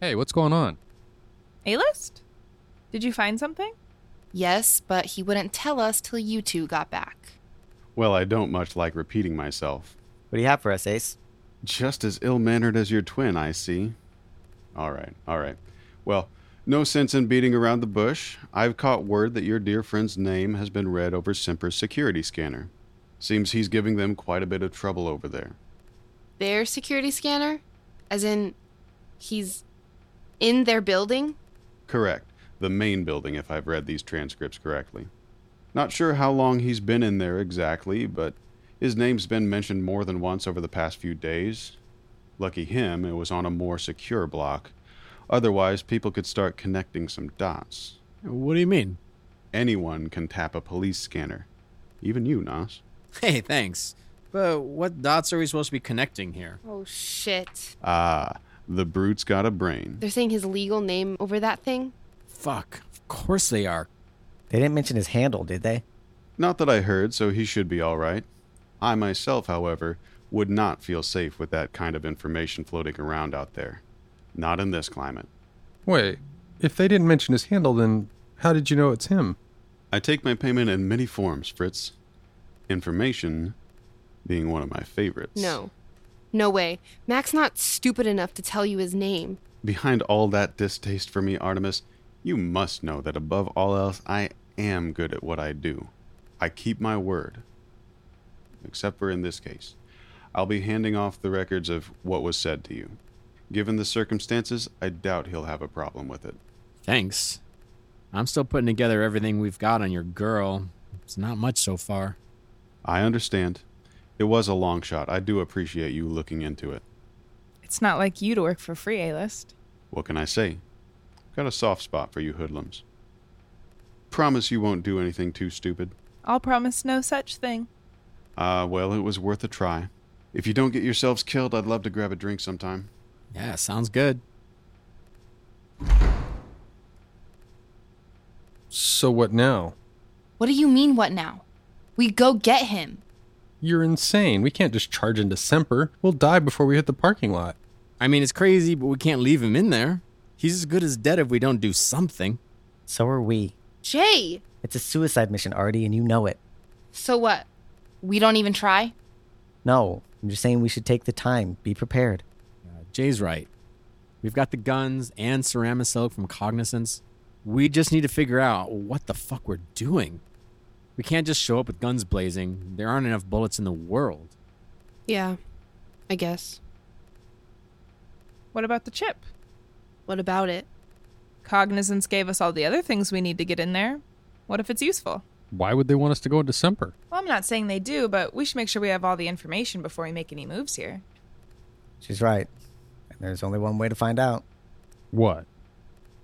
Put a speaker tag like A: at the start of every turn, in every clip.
A: Hey, what's going on?
B: A list? Did you find something?
C: Yes, but he wouldn't tell us till you two got back.
D: Well, I don't much like repeating myself.
E: What do you have for us, Ace?
D: Just as ill mannered as your twin, I see. All right, all right. Well, no sense in beating around the bush. I've caught word that your dear friend's name has been read over Semper's security scanner. Seems he's giving them quite a bit of trouble over there.
C: Their security scanner? As in, he's in their building?
D: Correct. The main building, if I've read these transcripts correctly. Not sure how long he's been in there exactly, but his name's been mentioned more than once over the past few days. Lucky him, it was on a more secure block. Otherwise, people could start connecting some dots.
F: What do you mean?
D: Anyone can tap a police scanner. Even you, Nas.
F: Hey, thanks. But what dots are we supposed to be connecting here?
C: Oh shit.
D: Ah, the brute's got a brain.
C: They're saying his legal name over that thing?
F: Fuck. Of course they are.
E: They didn't mention his handle, did they?
D: Not that I heard, so he should be all right. I myself, however, would not feel safe with that kind of information floating around out there. Not in this climate.
A: Wait, if they didn't mention his handle, then how did you know it's him?
D: I take my payment in many forms, Fritz. Information being one of my favorites.
C: No. No way. Mac's not stupid enough to tell you his name.
D: Behind all that distaste for me, Artemis, you must know that above all else, I am good at what I do. I keep my word. Except for in this case. I'll be handing off the records of what was said to you. Given the circumstances, I doubt he'll have a problem with it.
F: Thanks. I'm still putting together everything we've got on your girl. It's not much so far.
D: I understand. It was a long shot. I do appreciate you looking into it.
B: It's not like you to work for free, A list.
D: What can I say? Got a soft spot for you hoodlums. Promise you won't do anything too stupid.
B: I'll promise no such thing.
D: Ah, well, it was worth a try. If you don't get yourselves killed, I'd love to grab a drink sometime.
F: Yeah, sounds good.
A: So what now?
C: What do you mean, what now? We go get him.
A: You're insane. We can't just charge into Semper. We'll die before we hit the parking lot.
F: I mean, it's crazy, but we can't leave him in there. He's as good as dead if we don't do something.
E: So are we.
C: Jay!
E: It's a suicide mission, Artie, and you know it.
C: So what? We don't even try?
E: No, I'm just saying we should take the time, be prepared.
F: Uh, Jay's right. We've got the guns and ceramisilk from Cognizance. We just need to figure out what the fuck we're doing. We can't just show up with guns blazing. There aren't enough bullets in the world.
C: Yeah, I guess.
B: What about the chip?
C: What about it?
B: Cognizance gave us all the other things we need to get in there. What if it's useful?
A: Why would they want us to go into Semper?
B: Well, I'm not saying they do, but we should make sure we have all the information before we make any moves here.
E: She's right. And there's only one way to find out.
A: What?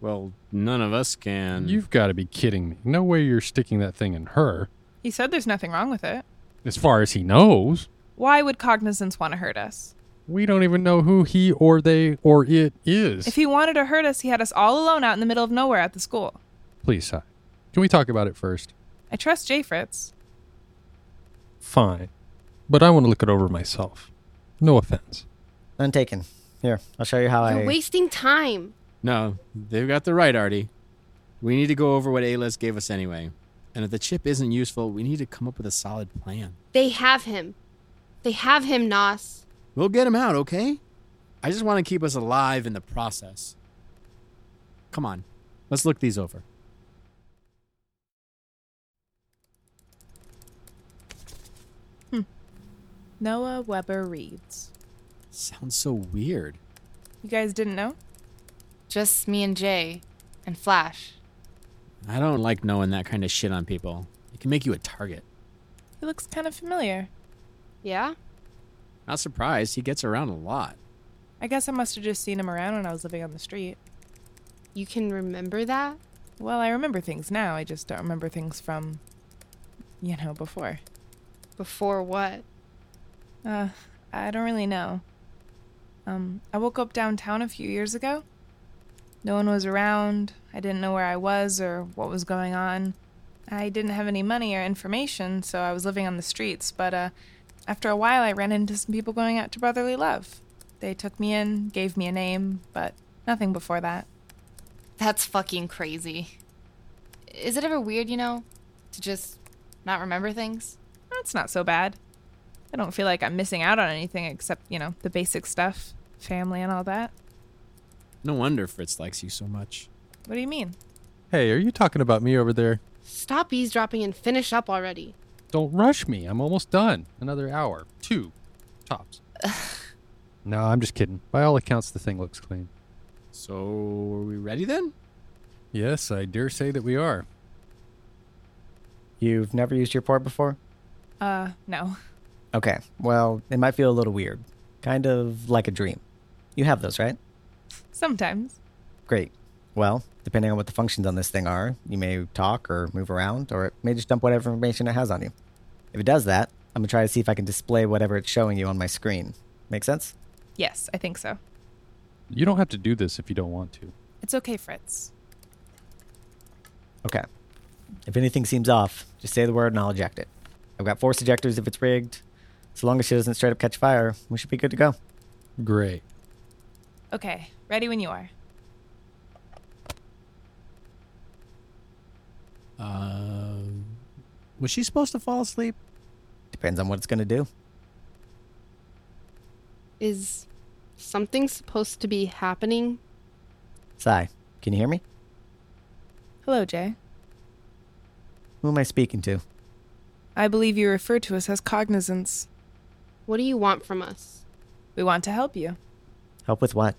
F: Well, none of us can.
A: You've got to be kidding me. No way you're sticking that thing in her.
B: He said there's nothing wrong with it.
A: As far as he knows,
B: Why would Cognizance want to hurt us?
A: we don't even know who he or they or it is.
B: If he wanted to hurt us, he had us all alone out in the middle of nowhere at the school.
A: Please, Si. Can we talk about it first?
B: I trust Jay Fritz.
A: Fine. But I want to look it over myself. No offense.
E: None taken. Here, I'll show you how I.
C: You're wasting time.
F: No, they've got the right, Artie. We need to go over what A list gave us anyway. And if the chip isn't useful, we need to come up with a solid plan.
C: They have him. They have him, Nos.
F: We'll get him out, okay? I just want to keep us alive in the process. Come on, let's look these over.
B: Noah Weber Reeves.
F: Sounds so weird.
B: You guys didn't know?
C: Just me and Jay. And Flash.
F: I don't like knowing that kind of shit on people. It can make you a target.
B: He looks kind of familiar.
C: Yeah?
F: Not surprised, he gets around a lot.
B: I guess I must have just seen him around when I was living on the street.
C: You can remember that?
B: Well, I remember things now. I just don't remember things from, you know, before.
C: Before what?
B: Uh, I don't really know. Um, I woke up downtown a few years ago. No one was around. I didn't know where I was or what was going on. I didn't have any money or information, so I was living on the streets. But uh, after a while, I ran into some people going out to Brotherly Love. They took me in, gave me a name, but Nothing before that.
C: That's fucking crazy. Is it ever weird, you know, to just not remember things?
B: That's not so bad. I don't feel like I'm missing out on anything except, you know, the basic stuff, family and all that.
F: No wonder Fritz likes you so much.
B: What do you mean?
A: Hey, are you talking about me over there?
C: Stop eavesdropping and finish up already.
A: Don't rush me. I'm almost done. Another hour. Two. Tops. no, I'm just kidding. By all accounts, the thing looks clean.
F: So, are we ready then?
A: Yes, I dare say that we are.
E: You've never used your port before?
B: Uh, no.
E: Okay. Well, it might feel a little weird. Kind of like a dream. You have those, right?
B: Sometimes.
E: Great. Well, depending on what the functions on this thing are, you may talk or move around, or it may just dump whatever information it has on you. If it does that, I'm gonna try to see if I can display whatever it's showing you on my screen. Make sense?
B: Yes, I think so.
A: You don't have to do this if you don't want to.
B: It's okay, Fritz.
E: Okay. If anything seems off, just say the word and I'll eject it. I've got force ejectors if it's rigged. So long as she doesn't straight up catch fire, we should be good to go.
A: Great.
B: Okay, ready when you are.
F: Um, was she supposed to fall asleep?
E: Depends on what it's gonna do.
C: Is something supposed to be happening?
E: Sai, can you hear me?
B: Hello, Jay.
E: Who am I speaking to?
B: I believe you refer to us as cognizance.
C: What do you want from us?
B: We want to help you.
E: Help with what?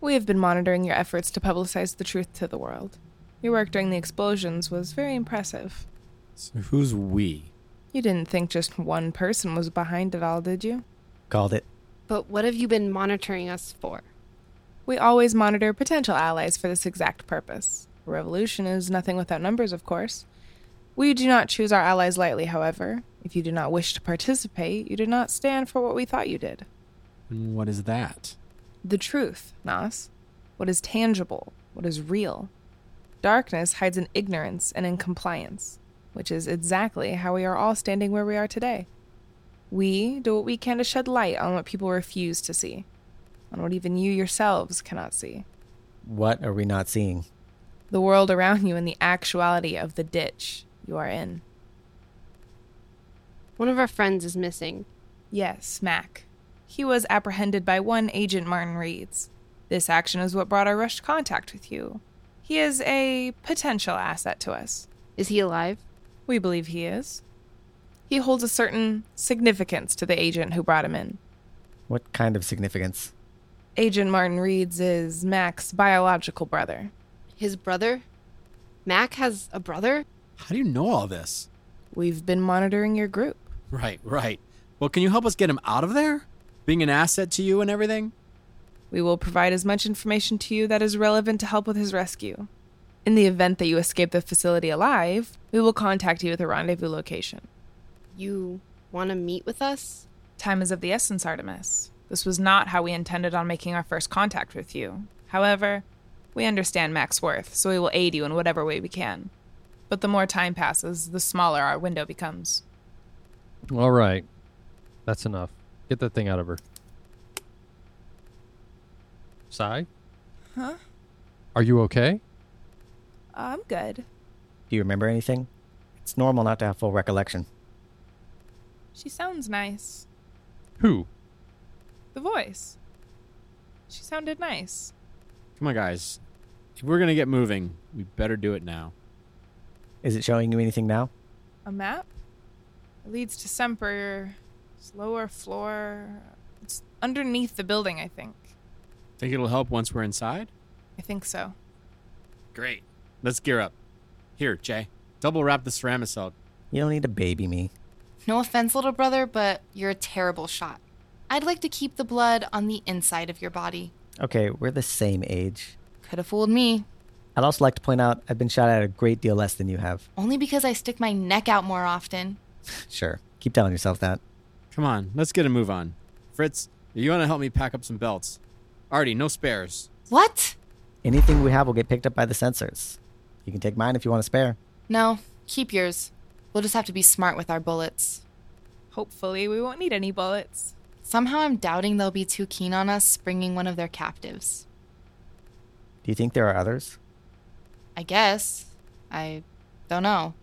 B: We have been monitoring your efforts to publicize the truth to the world. Your work during the explosions was very impressive.
F: So who's we?
B: You didn't think just one person was behind it all, did you?
E: Called it.
C: But what have you been monitoring us for?
B: We always monitor potential allies for this exact purpose. A revolution is nothing without numbers, of course. We do not choose our allies lightly, however. If you do not wish to participate, you do not stand for what we thought you did.
F: And what is that?
B: The truth, Nas. What is tangible, what is real. Darkness hides in ignorance and in compliance, which is exactly how we are all standing where we are today. We do what we can to shed light on what people refuse to see, on what even you yourselves cannot see.
E: What are we not seeing?
B: The world around you and the actuality of the ditch you are in.
C: One of our friends is missing.
B: Yes, Mac. He was apprehended by one agent Martin Reeds. This action is what brought our rushed contact with you. He is a potential asset to us.
C: Is he alive?
B: We believe he is. He holds a certain significance to the agent who brought him in.
E: What kind of significance?
B: Agent Martin Reeds is Mac's biological brother.
C: His brother? Mac has a brother?
F: How do you know all this?
B: We've been monitoring your group.
F: Right, right. Well, can you help us get him out of there? Being an asset to you and everything?
B: We will provide as much information to you that is relevant to help with his rescue. In the event that you escape the facility alive, we will contact you with a rendezvous location.
C: You want to meet with us?
B: Time is of the essence, Artemis. This was not how we intended on making our first contact with you. However, we understand Mac's worth, so we will aid you in whatever way we can. But the more time passes, the smaller our window becomes.
A: All right. That's enough. Get that thing out of her. Sai?
B: Huh?
A: Are you okay?
B: Ah, I'm good.
E: Do you remember anything? It's normal not to have full recollection.
B: She sounds nice.
A: Who?
B: The voice. She sounded nice.
F: Come on, guys. If we're going to get moving, we better do it now.
E: Is it showing you anything now?
B: A map? It leads to Semper's lower floor. It's underneath the building, I think.
F: Think it'll help once we're inside?
B: I think so.
F: Great. Let's gear up. Here, Jay. Double wrap the ceramicel.
E: You don't need to baby me.
C: No offense, little brother, but you're a terrible shot. I'd like to keep the blood on the inside of your body.
E: Okay, we're the same age.
C: Could have fooled me.
E: I'd also like to point out I've been shot at a great deal less than you have.
C: Only because I stick my neck out more often.
E: Sure. Keep telling yourself that.
F: Come on, let's get a move on. Fritz, you want to help me pack up some belts? Artie, no spares.
C: What?
E: Anything we have will get picked up by the sensors. You can take mine if you want to spare.
C: No, keep yours. We'll just have to be smart with our bullets.
B: Hopefully, we won't need any bullets.
C: Somehow I'm doubting they'll be too keen on us bringing one of their captives.
E: Do you think there are others?
C: I guess. I don't know.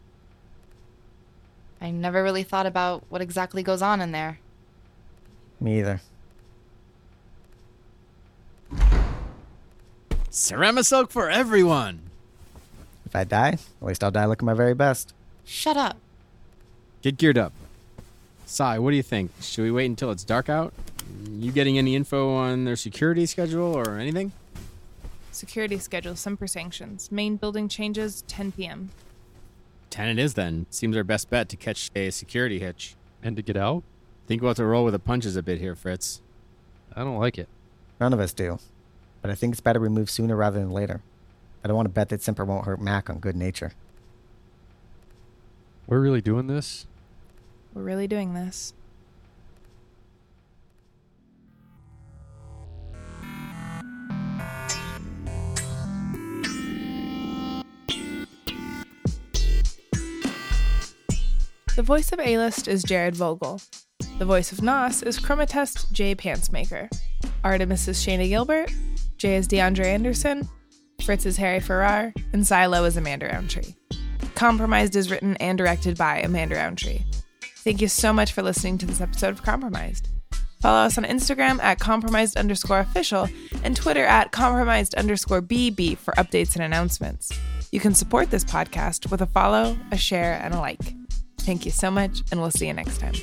C: I never really thought about what exactly goes on in there.
E: Me either.
F: Ceramisilk for everyone.
E: If I die, at least I'll die looking my very best.
C: Shut up.
F: Get geared up. Sai, what do you think? Should we wait until it's dark out? You getting any info on their security schedule or anything?
B: Security schedule, Semper sanctions. Main building changes, 10 p.m.
F: 10 it is then. Seems our best bet to catch a security hitch.
A: And to get out?
F: Think we'll have to roll with the punches a bit here, Fritz.
A: I don't like it.
E: None of us do. But I think it's better we move sooner rather than later. I don't want to bet that Simper won't hurt Mac on good nature.
A: We're really doing this?
B: We're really doing this. The voice of A-List is Jared Vogel. The voice of Nos is Chromatest Jay Pantsmaker. Artemis is Shayna Gilbert. Jay is DeAndre Anderson. Fritz is Harry Farrar. And Silo is Amanda Roundtree. Compromised is written and directed by Amanda Roundtree. Thank you so much for listening to this episode of Compromised. Follow us on Instagram at compromised underscore official and Twitter at compromised underscore BB for updates and announcements. You can support this podcast with a follow, a share, and a like. Thank you so much, and we'll see you next time.